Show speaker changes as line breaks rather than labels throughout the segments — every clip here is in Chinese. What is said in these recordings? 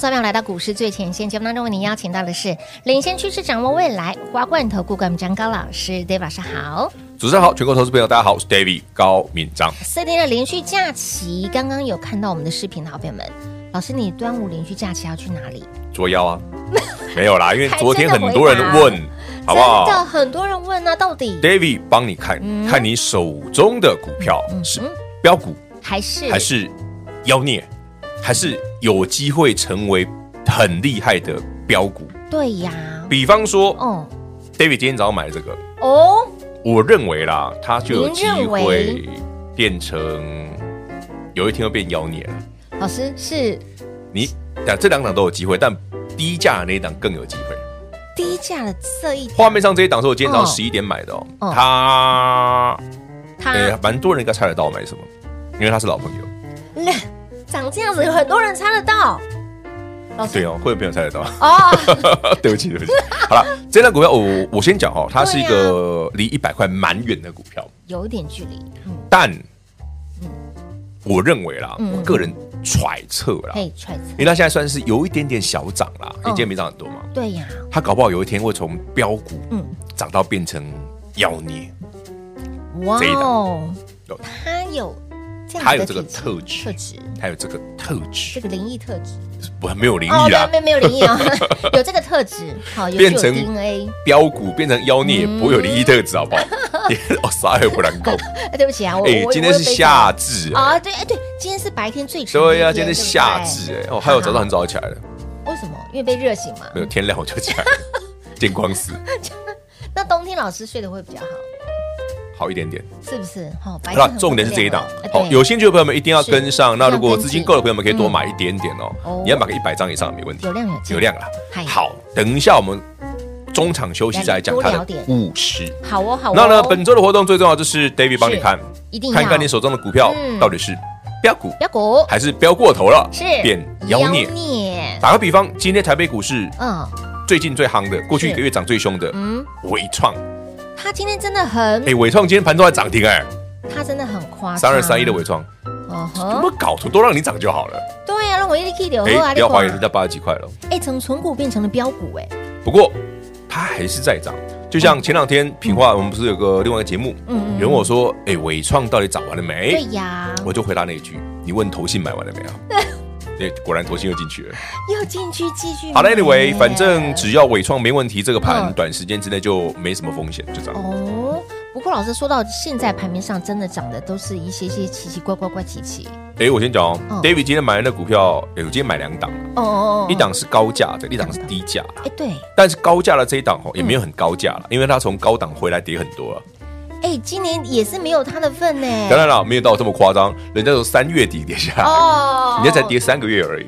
各位来到股市最前线节目当中，为您邀请到的是领先趋势、掌握未来华冠投顾管张高老师，David 老师好，
主持人好，全国投资朋友大家好，我是 David 高敏章。
四天的连续假期，刚刚有看到我们的视频的好朋友们，老师，你端午连续假期要去哪里？
捉妖 啊？没有啦，因为昨天很多人问，好不好？
真的很多人问啊，到底
David 帮你看、嗯、看你手中的股票、嗯嗯、是标股
还是
还是妖孽？还是有机会成为很厉害的标股。
对呀，
比方说，哦，David 今天早上买这个，
哦，
我认为啦，它就有机会变成有一天会变妖孽了。
老师是，
你但这两档都有机会，但低价那一档更有机会。
低价的这一
画面上这一档是我今天早上十一点买的哦，哦它
它、欸、
蛮多人应该猜得到我买什么，因为他是老 朋友。
那长这样子，有很多人猜得到。老师，
对啊哦，会有朋友猜得到。
哦，
对不起，对不起。好了，这张股票我我先讲哦，它是一个离一百块蛮远的股票，
有一点距离。
嗯、但，嗯、我认为啦，嗯、我个人揣测啦，
揣测，因
为它现在算是有一点点小涨啦，你今天没涨很多嘛？
对呀，
它搞不好有一天会从标股嗯涨到变成妖孽。
哇哦，它有。
他有这个特质，
特质，
他有这个特质，
这个灵异特质，
不哦没有灵异啦，
没没有灵异啊， 有这个特质，好，
变成
DNA
标股变成妖孽，不会有灵异特质，好不好？哦，啥 也不能 够。
对不起啊，我
哎今天是夏至
啊，对，哎对，今天是白天最长，
嗯对呀，啊今天是夏至，哎，哦，还有早上很早起来了，
为什么？因为被热醒嘛，
没有天亮我就起来，见光死。
那冬天老师睡得会比较好。
好一点 点，
是不是？好，
那重点是这一档。
哎
好，有兴趣的朋友们一定要跟上。那如果资金够的朋友们，可以多买一点点哦。你要买个一百张以上没问题。
有量有
有量啦。好，等一下我们中场休息再讲它的五十。
好哦，好。
那呢，本周的活动最重要就是 David 帮你看，
一定
看看你手中的股票到底是标股、
标股
还是标过头了，
是
变妖孽。打个比方，今天台北股市，
嗯，
最近最夯的，过去一个月涨最凶的，嗯，伟创。
它今天真的很
哎，伟创今天盘中还涨停哎，
它真的很夸张。
三二三一的伟创，
啊哦
呵，有没有搞错？都让你涨就好了。
对呀，让我一力 K 流
哎，不要怀疑人家八十几块了。
哎，从存股变成了标股哎。
不过它还是在涨，就像前两天品化，我们不是有个另外一个节目，
嗯
有人问我说：“哎，伟创到底涨完
对
了没
呀？”，
我就回答那一句：“你问投信买完了没有？”对，果然投信又进去了。
又进去继续买。
好了，anyway，反正只要伟创没问题，这个盘
嗯
短时间之内就没什么风险，就这样。
哦。不过老师说到现在盘面上真的涨的都是一些些奇奇怪怪怪奇奇。
哎，我先讲哦
嗯
，David 今天买的那股票，哎，我今天买两档，
哦哦
一档是高价的，一档是低价的。
哎对
但是高价的这一档
嗯
哦，也没有很高价了，因为它从高档回来跌很多了。啊
哎，今年也是没有他的份呢。
当然了，没有到这么夸张，人家从三月底跌下来，
哦
人家才跌。三个月而已。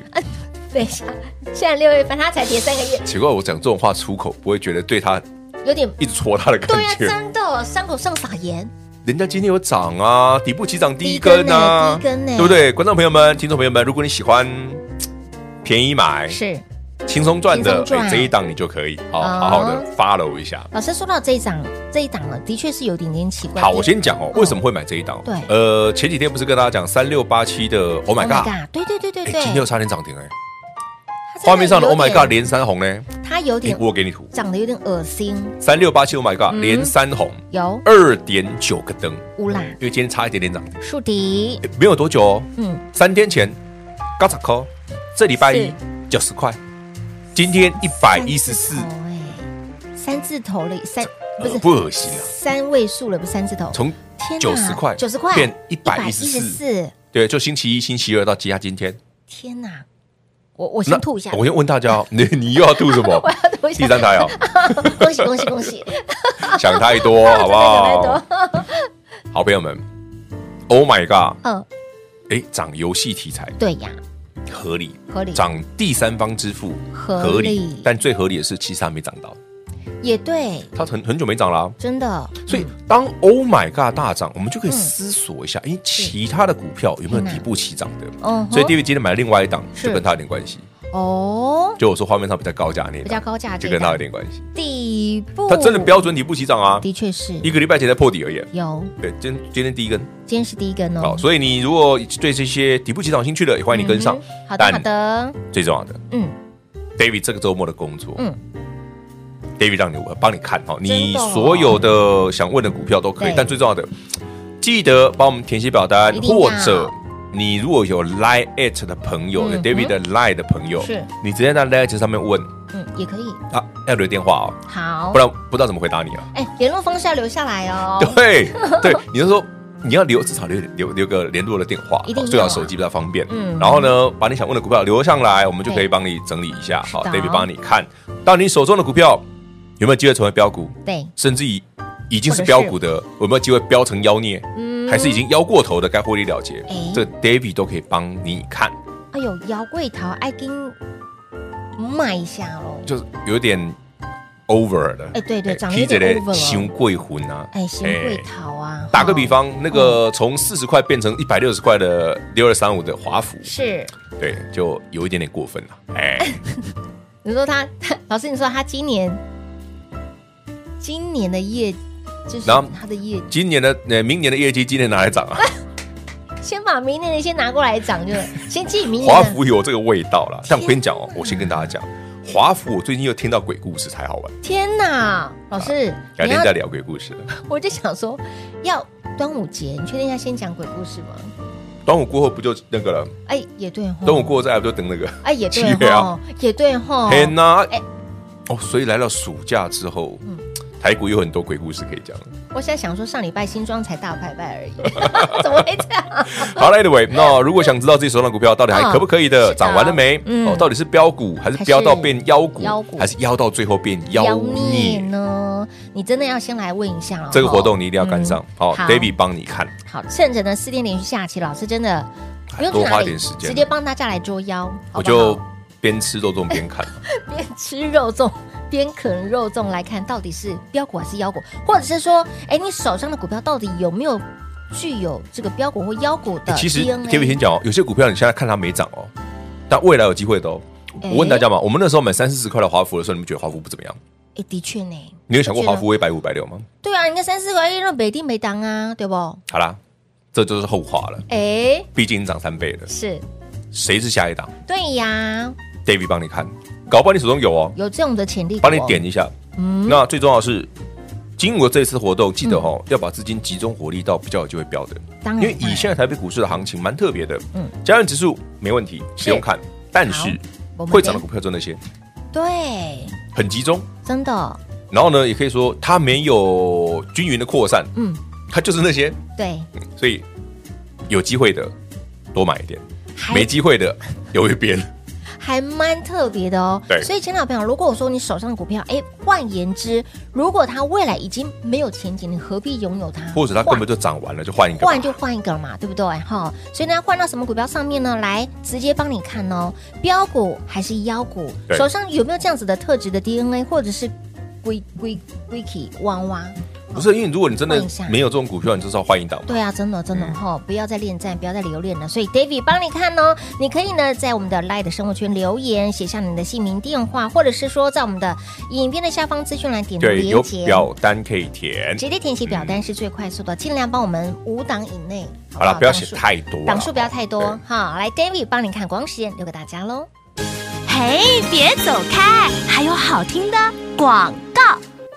等一下，现在六月份他才跌三个月，
奇怪，我讲这种话出口，不会觉得对他
有点
一直戳他的感
对呀、啊
觉。
真的伤口上撒盐。
人家今天有涨啊，底部起涨第一
第一
根
根呢
啊，
第一根呢
对不对？观众朋友们、听众朋友们，如果你喜欢便宜买、
是
轻松赚
轻
的
松，赚
哎这一档你就可以好
哦
好好的 follow 一下。
老师说到这一档，这一档了，的确是有点点奇怪。
好，我先讲哦，为什么会买这一档？
对
呃，前几天不是跟大家讲三六八七的，Oh
Oh
my god，
god！对对对对
哎，
对，
今天又差点涨停哎，
它真的
画面上的
有
Oh my
点
god 连三红呢，
它有
哎
点
我给你图，
长得有点恶心，
三六八七 Oh my god
嗯
连三红，
有
二点九个灯，
乌啦
因为今天差一点点涨停，
树敌，
哎没有多久哦，
嗯，
三天前，高十扣，这礼拜一
是
九十块，今天一百一十四，
三字头哎，三字头了，三不是
呃不恶心啊！
三位数了，不是三字头，
从90块
九十块
变114
114，
对，就星期一、星期二到加今天，
天哪！我我
那
先吐一下，？
我先问大家哦， 你你又要吐什 么
要吐一下
第三台 哦，
恭喜恭喜恭喜！
想太多，好不好
真？
好朋友们，Oh my god！
嗯，
哎，涨游戏题材
对呀，
合理，
合理
涨第三方支付
合理
但最合理的是，其实它没涨到，
也对，
它很很久没啊涨啦、
真的，
所以
嗯
当 Oh my God 大涨，我们就可以思索一下，诶，其他的股票有没有
天哪
底部起涨的？
嗯哼
所以 David 今天买了另外一档，
是
就跟他有点关系。
哦，
就我说画面上比较高价那一档
比较高价哦这
就
一档
跟他有点关系。
底部
他真的标准底部起涨啊，
的确是
一个礼拜前在破底而已。
有，
对，今今天第一根
今天是第一根哦
好，。所以你如果对这些底部起涨有兴趣的，也欢迎你跟上
嗯哼。好的，好
但
的，
最重要的
嗯，
，David 这个周末的工作，
嗯
d a v i d 让你我帮你看好，你
真的哦
所有的想问的股票都可以
对，
但最重要的，记得帮我们填写表单
一，定要
或者你如果有 Line at 的朋友，有
嗯哼
David 的 Line 的朋友，
是
你直接在 Line at 上面问
嗯，也可以，
啊，要留电话哦，
好
不，然不知道怎么回答你啊。
哎，联络方式要留下来哦。
对对，你就说你要留至少留留留个联络的电话哦
一定，要啊
最好手机比较方便。
嗯
然后呢，把你想问的股票留上来，我们就可
对
以帮你整理一下。好
是的
，David 帮你看到你手中的股票有没有机会成为标股，
对，
甚至已已经是标股的，有没有机会标成妖孽？
嗯
还是已经妖过头的，该获利了结
哎。
这个 David 都可以帮你看，
哎呦，姚桂桃爱跟卖一下喽。
就是有点 over 了。
哎对对
哎
长得有
披着
点
的
over 了
熊贵魂啊！
哎，邢桂
哎
桃啊，
打个比
哈，
方，那个从四十块变成一百六十块的六二三五的华孚，
是
对，就有一点点过分了。哎，
你说他，老师，你说他今年今年的业就是
然后
他的业，
今年的呃，明年的业绩今年拿来涨 啊，
先把明年的先拿过来涨， 就先记明
华
年的。
孚有这个味道了。但我跟你讲哦，我先跟大家讲，华孚我最近又听到鬼故事才好玩，
天哪，老师，
啊改
你
天
要
再聊鬼 故事了。
我就想说，要端午节，你确定要先讲鬼故事吗？
端午过后不就那个了？
哎，也对哈。
端午过后再来不就等那个？
哎，也对
七月
哈
啊，
也对哈。
嘿呐
哎，嗯
哦，所以来到暑假之后，台股有很多鬼故事可以讲。
我现在想说，上礼拜新庄才大拜拜而已， 怎么会这样？
好了，Anyway，那如果想知道自己手上的股票到底还可不可以
是的
的，涨完了没？
嗯
哦，到底是标股还是飙到变妖股
妖股，
还是妖到最后变妖孽？
呢？你真的要先来问一下哦。
这个活动你一定要赶上
嗯
哦，David 帮你看。
好，趁着呢四天连续下棋，老师真的不用去
多
哪
花
里
点时间啊
直接帮大家来捉妖，好不好
我就边吃肉粽边看，
边吃肉粽边啃肉粽来看，到底是标股还是妖股，或者是说，哎，你手上的股票到底有没有具有这个标股或妖股的欸
其实
DNA？
David 先讲哦，有些股票你现在看它没涨哦，但未来有机会的哦。我问大家嘛，我们那时候买三四十块的华孚的时候，你们觉得华孚不怎么样？
哎，的确呢，
你有想过
我觉
华
得
孚会一百五、百六吗？
对啊，你看三四个一那北定没当啊，对不？
好啦，这就是后话了。
哎，
毕竟涨三倍了，
是
谁是下一档
对呀，
？David 帮你看，搞不好你手中有哦，
有这种的潜力股哦，
帮你点一下。那最重要的是，经过这次活动，记得
嗯
哦，要把资金集中火力到比较有机会标的。
当然
因为以现在台北股市的行情蛮特别的，嗯，加权指数没问题，不用看，但是
我们
会涨的股票就那些，
对，
很集中。
真的，
然后呢，也可以说它没有均匀的扩散，
嗯，
它就是那些，
对，
所以有机会的多买一点，
还
没机会的有一边。
还蛮特别的哦。
对
所以，亲爱的朋友，如果我说你手上的股票，哎，换言之，如果它未来已经没有前景，你何必拥有它？
或者它根本就涨完了，就换一个吧。
换就换一个嘛，对不对？哈，所以呢，换到什么股票上面呢？来，直接帮你看哦，标股还是妖股，
对
手上有没有这样子的特质的 DNA，或者是龟龟龟体汪蛙？
不是因为如果你真的
换一下
没有这种股票，你就是要换一档嘛。
对啊，真的真的
嗯
哈、不要再恋战，不要再留恋了。所以 David 帮你看哦，你可以呢在我们的 Light 生活圈留言，写下你的姓名、电话，或者是说在我们的影片的下方资讯栏点入
对，有
连接，
表单可以填。
直接填写表单是最快速的，尽量帮我们五档以内。
好了，不要写太多啦，啊
档数不要太
对
多哈。来，David 帮你看，光时间留给大家喽。
嘿，别走开，还有好听的广告。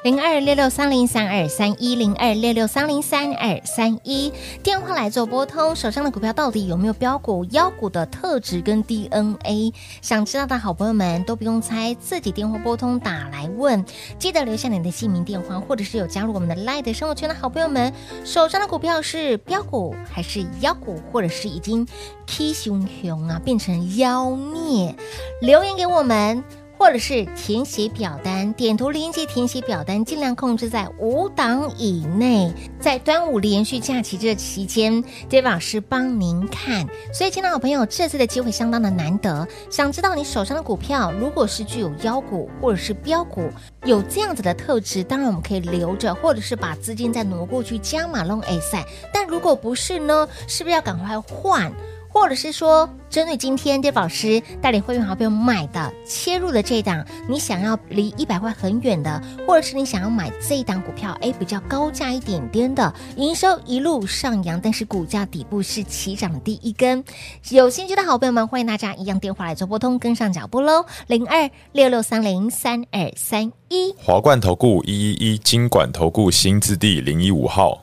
零二六六三零三二三一零二六六三零三二三一电话来做拨通，手上的股票到底有没有标股、妖股的特质跟 DNA？想知道的好朋友们都不用猜，自己电话拨通打来问，记得留下你的姓名、电话，或者是有加入我们的 Light 生活圈的好朋友们，手上的股票是标股还是妖股，或者是已经 K 熊熊啊变成妖孽，留言给我们。或者是填写表单，点图连接填写表单，尽量控制在五档以内。在端午连续假期这期间，David 老师帮您看。所以，亲爱的好朋友，这次的机会相当的难得。想知道你手上的股票，如果是具有妖股或者是标股，有这样子的特质，当然我们可以留着，或者是把资金再挪过去加码弄 A 赛。但如果不是呢，是不是要赶快换？或者是说，针对今天 d a 老师带领会员好朋友买的切入的这一档，你想要离一百块很远的，或者是你想要买这一档股票，哎，比较高价一点点的，营收一路上扬，但是股价底部是起涨的第一根。有兴趣的好朋友们，欢迎大家一样电话来做拨通，跟上脚步喽，零二六六三零三二三一。
华冠投顾一一一金管投顾新字第零一五号，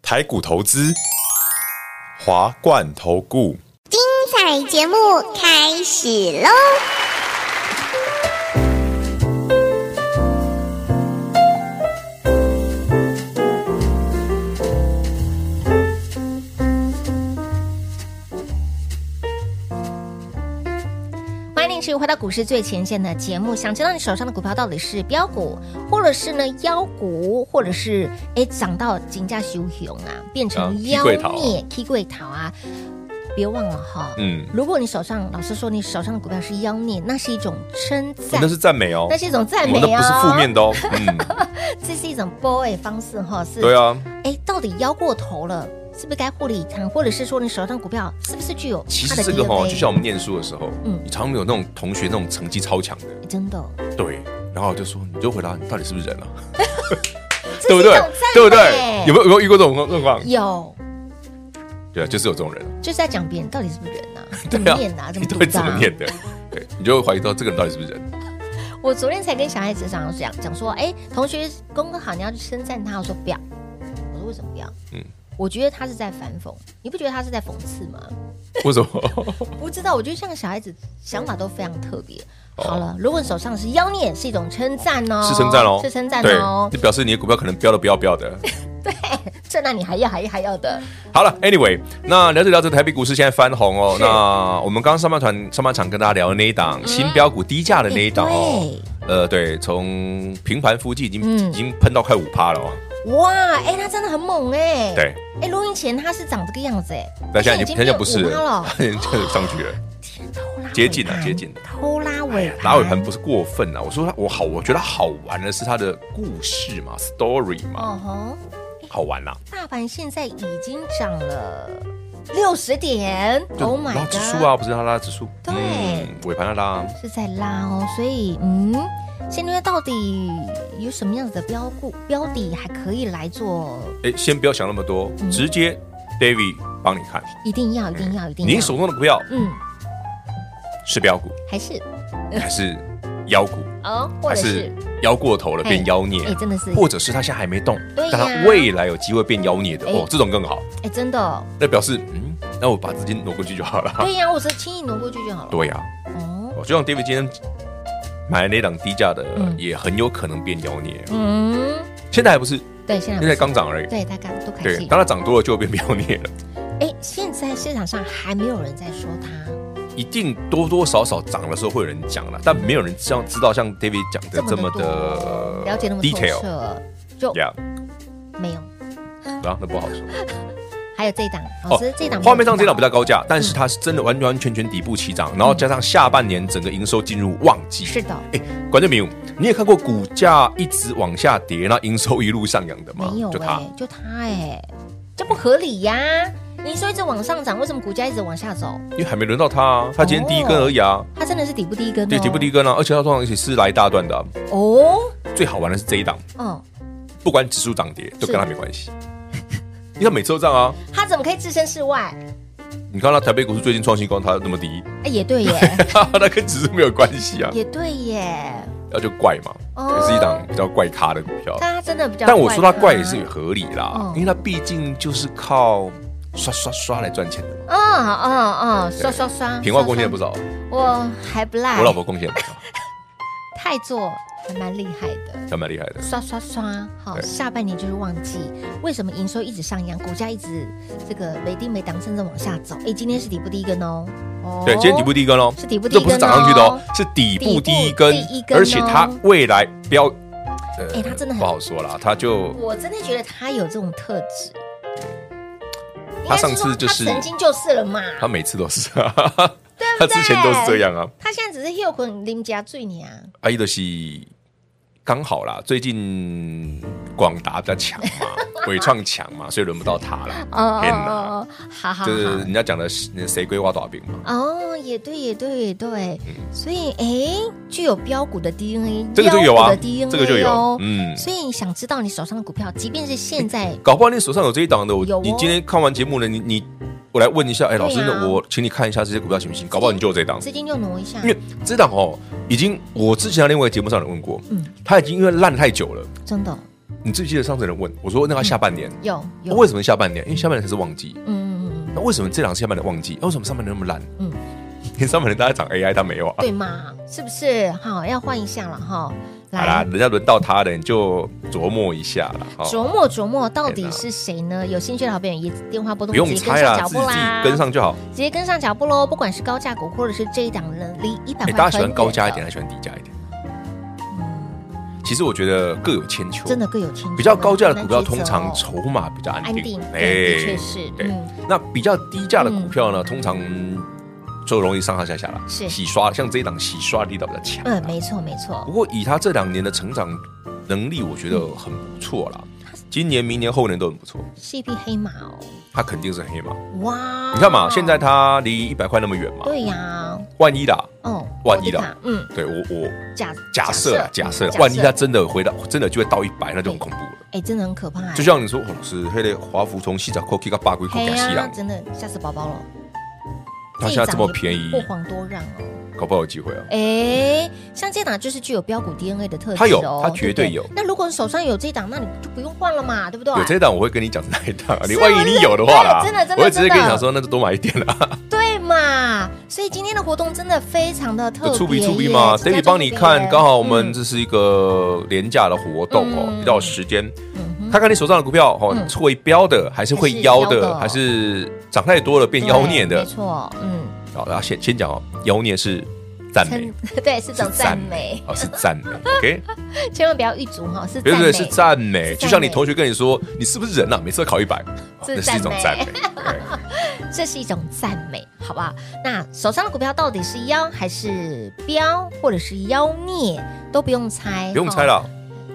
台股投资，华冠投顾。
彩节目开始喽！
欢迎您持续回到股市最前线的节目。想知道你手上的股票到底是标股，或者是呢妖股，或者是哎涨到金价熊熊啊，变
啊
成
踢
妖
柜桃
孽、踢柜桃啊，别忘了哈。
嗯，
如果你手上，老师说你手上的股票是妖孽，那是一种称赞
那，是赞美哦
那，是一种赞美
我
哦，
那不是负面的 哦。嗯，
这是一种 boy 方式哈，是。
对啊，
哎，到底妖过头了，是不是该护理它，或者是说你手上股票是不是具有
其
它
实
的
这个哦，
DNA
就像我们念书的时候，
嗯
嗯，你常常有那种同学那种成绩超强的，
真的，哦
对，然后我就说，你就回答你到底是不是人啊，
这
对
是
不
一种
对
赞？
对不对
美？
有没有有没有遇过这种状况？
有，
对啊，就是有这种人，
就是在讲别人到底是不是人呐、怎
对
么
啊
念呐、啊？，怎
你
么
都
读
会
的
怎
啊、
么念的？对，你就会怀疑到这个人到底是不是人？
我昨天才跟小孩子讲讲讲说，哎，同学功课好，你要去称赞他。我说不要，我说为什么不要？嗯
嗯，
我觉得他是在反讽，你不觉得他是在讽刺吗？
为什么？
不知道，我觉得像小孩子想法都非常特别。好了，如果你手上是妖孽，是一种称赞哦，
哦是称赞哦，
是称赞
对
哦，
就表示你的股票可能标的不要不要的。
这那你还要还要还要的，
好了，Anyway，那了解到这个台北股市现在翻红哦。
是嗯
那我们刚刚上半团上半场跟大家聊的那一档新标股低价的那一档哦，
哎
呃，对，从平盘附近已经、
嗯
已经喷到快五趴了哦。
哇，哎，他真的很猛哎，，
对，
哎，录音前他是长这个样子哎，
那现在已
已经
经现在不是
变五趴了
了， 现在上去了，
偷拉尾
接近了
盘
接近了哎
偷拉尾
拉尾盘不是过分啊。我说它我好，我觉得好玩的是它的故事嘛，story 嘛，
哦吼，
好玩啊啦、
大盘现在已经涨了六十点
就
，Oh my
拉
god！
指数啊，不是它拉指数，嗯
对，
尾盘它拉。啊
是在拉哦，所以嗯，现在到底有什么样子的标股标底还可以来做？
哎，先不要想那么多，直接 David 帮你看，
一定要，一定要，一定要！
您手中的股票
嗯，
是标股
还是
还是妖股？
哦，或
还
者
是
是
妖过头了变妖孽
哎，，真的是，
或者是它现在还没动
对呀，
但它未来有机会变妖孽的
哎
哦，这种更好。
哎，真的哦，
那表示嗯，那我把资金挪过去就好了。
对呀，我是轻易挪过去就好了。
对呀，
哦，
我就像 David 今天买的那档低价的
嗯，
也很有可能变妖孽。
嗯，
现在还不是，
对，现在
现在刚涨而已。
对大家都开
对，
心。
当它涨多了就会变 妖孽了，
哎，现在市场上还没有人在说它
一定多多少少涨的时候会有人讲了，但没有人像知道像 David 讲的这
这
么
么
的
多嗯了解那么透
呃 detail。
彻，就
Yeah，
没有。
然后那不好说。
还有这一档，老师这一档
哦画面上这档比
较
较高价，
嗯
但是它是真的完完全全底部起涨，然后加上下半年整个营收进入旺季。
是的，
哎，观众朋友，你也看过股价一直往下跌，那营收一路上扬的吗？
没有
就它
哎，就它哎，这不合理呀！你说一直往上涨，为什么股价一直往下走？
因为还没轮到它啊，它今天第一根而已啊，
它真的是底部第一根哦，
对，底部第一根啊，而且它通常也是来一大段的啊。
哦，
最好玩的是这一档，
嗯，
不管指数涨跌都跟它
是
没关系，因为它每次都这样啊。
它怎么可以置身事外？
你看它台北股市最近创新高，它那么低，
哎，也对耶，
它跟指数没有关系啊，
也对 耶，
那就怪嘛，
哦
也是一档比较怪咖的股票。
但它真的比较，
但我说它怪也是有，合理
嗯
啦，因为它毕竟就是靠刷刷刷来赚钱的嘛。
嗯嗯嗯，刷
对
刷刷，
平话贡献不
少，
少，
我还不赖，
我老婆贡 献不少，
太做还蛮厉害的。
还蛮厉害的。
刷刷刷，好，
对
下半年就是旺季。为什么营收一直上扬，股价一直这个没低没档，甚至往下走？哎，今天是底部第一根哦。哦
对，今天底部第一根哦，
是底部第一
这
根哦
不是涨上去的哦，是底部第一根
底部第一，根哦
而且它未来标，呃
哎它真的很
不好说啦，它就
我真的觉得他有这种特质。
他上次就是
应该说他曾经就是了嘛。
它每次都是， 它之前都是这样啊。
他现在只是 h i l 捆林家最你啊，
阿姨的是刚好啦，最近广达比较强 嘛，伟创强嘛，所以轮不到它了。
哦
天哪，，
好好好
就是人家讲的是谁规划多少饼嘛。
哦，也对，也对，也对，所以哎，具有标股的 DNA，
这个就有
标股
啊，
的 DNA
这个就有
哦，
嗯，
所以想知道你手上的股票，即便是现在
搞不好你手上有这一档的，我
有哦
你今天看完节目呢，你你我来问一下，哎，老师，
对啊
那我请你看一下这些股票行不行？搞不好你就有这一档，
资金就挪一下
因，为这档哦，已经我之前在另外一个节目上有问过，
嗯
它已经因为烂太久了，
真的
你记不记得上次有人问我说，那它下半年
有有，
为什么下半年？因为下半年才是旺季，
嗯嗯嗯，
那为什么这档是下半年旺季？那哦为什么上半年那么烂？
嗯
嗯，因为上半年大家涨 AI，它没有啊。
对嘛，是不是？好，要换一下了哈，
好啦，
来。
人家轮到他了，你就琢磨一下了。哦
琢磨琢磨，到
天
底
哪
是谁呢？有兴趣的好朋友也电话拨通，
不用
直接跟
猜
上
啦，
脚
自
步
己自己
啦，
跟，上就好。
直接跟上脚步喽。不管是高价股，或者是这一档呢，离一百
哎，
块，
大家喜欢高价一点，，还是喜欢低价一点？其实我觉得各有千秋，
嗯真的各有千秋。啊
比较高价的股票
很难抉
通
择哦
常筹码比较安
安定
定，，哎
对，的确是，
对
嗯，
那比较低价的股票呢，通常就容易上上下下啦，
是
洗刷，像这一档洗刷力道比较强。
嗯，没错没错
不，过以他这两年的成长能力，我觉
嗯
得很不错啦。今年、明年、后年都很不错，
是一匹黑马哦，
他肯定是黑马。
哇，
你看嘛，现在他离一百块那么远嘛，
哦对呀，
万一啦，
哦，
万一
我的
啦
卡，嗯，
对我我
假嗯
假设啦假设啦，万一他真的回到真的就会到一百，那就很恐怖了。
哎，真的很可怕哎，
就像你说，哦老师，黑的华孚从西甲 Cookie 到八龟 c
嘿
o 西
呀，
郎，
真的吓死宝宝了。
他现在这么便宜
这一涨也不遑多让哦。
搞不好有机会啊。
哎，像这档就是具有标股 DNA 的特质哦，
它有它
对不
绝对有
那如果你手上有这档，那你就不用换了嘛，对不对？
有这一档我会跟你讲是哪一档啊，你
是
万
我
一
就
你
是
有的话啦，
对真的真的
我会直接跟你
真的
讲说，那就多买一点啦。
对嘛？所以今天的活动真的非常的特别耶，
出比出比嘛
真的
，David 帮你看，刚好我们
嗯
这是一个廉价的活动哦
嗯，
比较有时间
嗯，
看看你手上的股票哦
嗯，
是会标的还是会妖的，
还
还
是哦
是涨太多了变妖孽
对
的
没。错，嗯，
好，然后先先讲哦，妖孽是赞美，
称 对是种赞美，
哦，是赞美 ，OK，
千万不要预足哈，是
对
赞
对
美，
对，
是
是赞美。
赞美
就像你同学跟你说，你是不是人啊？每次都考一百，哦
是
那是一种
赞
赞
美
美。 对
这是一种赞美，好不好？那手上的股票到底是妖还是标，或者是妖孽，都不用猜，
不用
哈
猜了，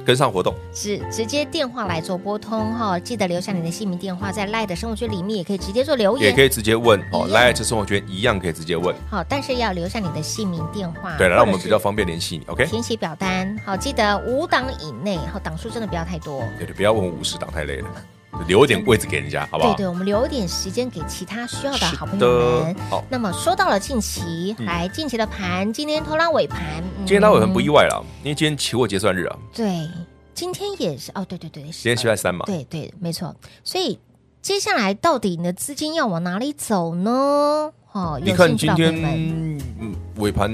跟上活动。
直直接电话来做拨通哈、记得留下你的姓名、电话，在赖的生活圈里面也可以直接做留
也
言
可。以直接问哦
一样，
来这生活圈一样可以直接问。
好，但是要留下你的姓名、电话。
对了，
或
让
者
我们
是
比较方便联系你。OK，
填写表单。好，记得五档以内，好，档数真的不要太多。
对对，不要问五十档太累了。留一点位置给人家，好不
对
好？
对，我们留一点时间给其他需要的好朋
是
友们
的。好
那么说到了近期，
嗯
来近期的盘，今天偷拉尾盘，嗯
今天拉尾很不意外了，因为今天期货结算日啊，
对，今天也是哦，对对对，
今天礼拜三嘛，
对对，没错。所以接下来到底你的资金要往哪里走呢？哦，
你
有
看
兴趣的
今天
朋友们
嗯尾盘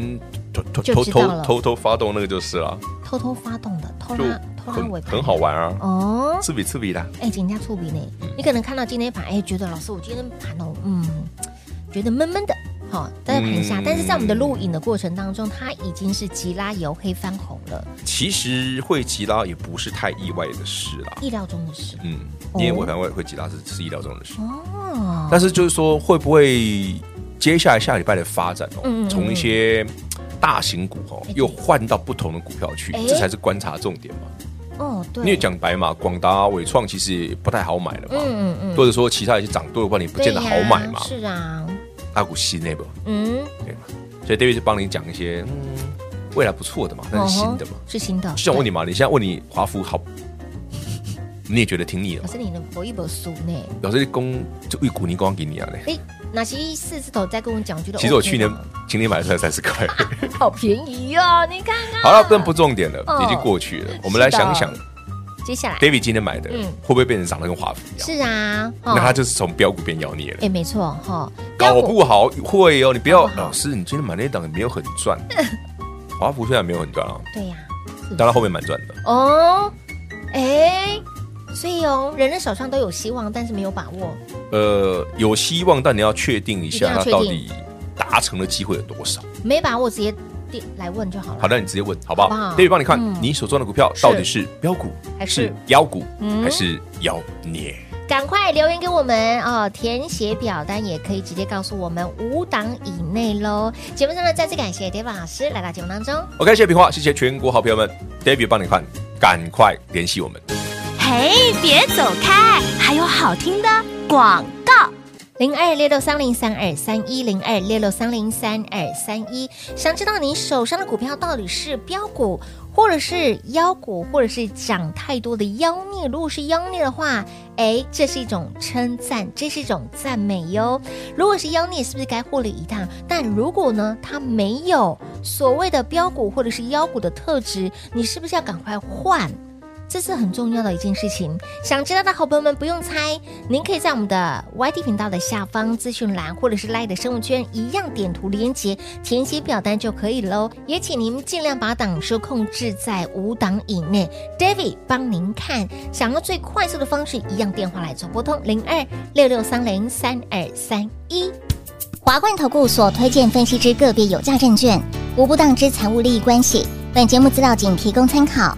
偷偷
就
偷
知道了
偷偷偷发动那个就是了，
偷偷发动的，偷
就
拉偷拉
很
尾盘，
很好玩啊，
哦。
刺比刺比的，
哎，人家触笔呢，
嗯
你可能看到今天盘，哎，觉得老师我今天盘哦，嗯，觉得闷闷的，好、待在盘下。
嗯
但是在我们的录影的过程当中，它已经是急拉由黑翻红了，
其实会急拉也不是太意外的事啦，
意料中的事。
嗯，
哦
因为尾盘会会急拉是是意料中的事，
哦，
但是就是说会不会接下来下礼拜的发展
嗯嗯
哦
嗯，
从一些大型股哦
哎
又换到不同的股票去
哎，
这才是观察重点嘛。
哦，对，
因为讲白嘛，广达、伟创其实也不太好买了嘛，
嗯嗯嗯，
或者说其他一些涨多的话，你不见得好买嘛
对呀。是啊，
大股西那个，
嗯，
对嘛？所以 David 就帮你讲一些嗯未来不错的嘛，那是新的嘛
哦。吼是新的。
就想问
对
你，嘛，你现在问你华孚好， 你也觉得挺腻了
可
嘛？
是你能搏一搏输呢？
表示公就一股泥光给你啊嘞。
哎，哪些四字头再跟我讲，我觉得
其实我
OK
去年
的
今年买了才三十块，
好便宜哦，你看看。
好了，但不重点了
哦，
已经过去了。我们来想想
接下来
，David 今天买的
嗯
会不会变成长得跟华孚一样？
是啊，哦
那他就是从标股变妖孽了。
哎，没错哈，标
搞
股
不好会哦，你不要
搞不好
老师，你今天买那一档也没有很 赚，华孚虽然没有很赚啊，
对呀、是
但它后面蛮赚的。
哦，哎，所以哦，人人手上都有希望，但是没有把握。
呃，有希望，但你要确定一下
一
它
定要
到
确定
底达成的机会有多少。
没把握直接电来问就好了。
好，的，你直接问好不好
好不好
？David 帮你看
嗯
你手中的股票到底是标股
还是
是妖股
嗯
还是妖孽？
赶快留言给我们哦，填写表单也可以直接告诉我们五档以内喽。节目中呢，再次感谢 David 老师来到节目当中。
OK，谢谢平话，谢谢全国好朋友们，David 帮你看，赶快联系我们。
嘿，别走开，还有好听的广告。
零二六六三零三二三一零二六六三零三二三一，想知道你手上的股票到底是标股，或者是妖股，或者是涨太多的妖孽？如果是妖孽的话，哎，这是一种称赞，这是一种赞美哟。如果是妖孽，是不是该获利一趟？但如果呢，它没有所谓的标股或者是妖股的特质，你是不是要赶快换？这是很重要的一件事情。想知道的好朋友们不用猜，您可以在我们的 YT 频道的下方资讯栏，或者是 Line 的生物圈一样点图连接，填写表单就可以喽。也请您尽量把档数控制在五档以内，David 帮您看。想要最快速的方式，一样电话来做拨通零二六六三零三二三一。
华冠投顾所推荐分析之个别有价证券，无不当之财务利益关系。本节目资料仅提供参考，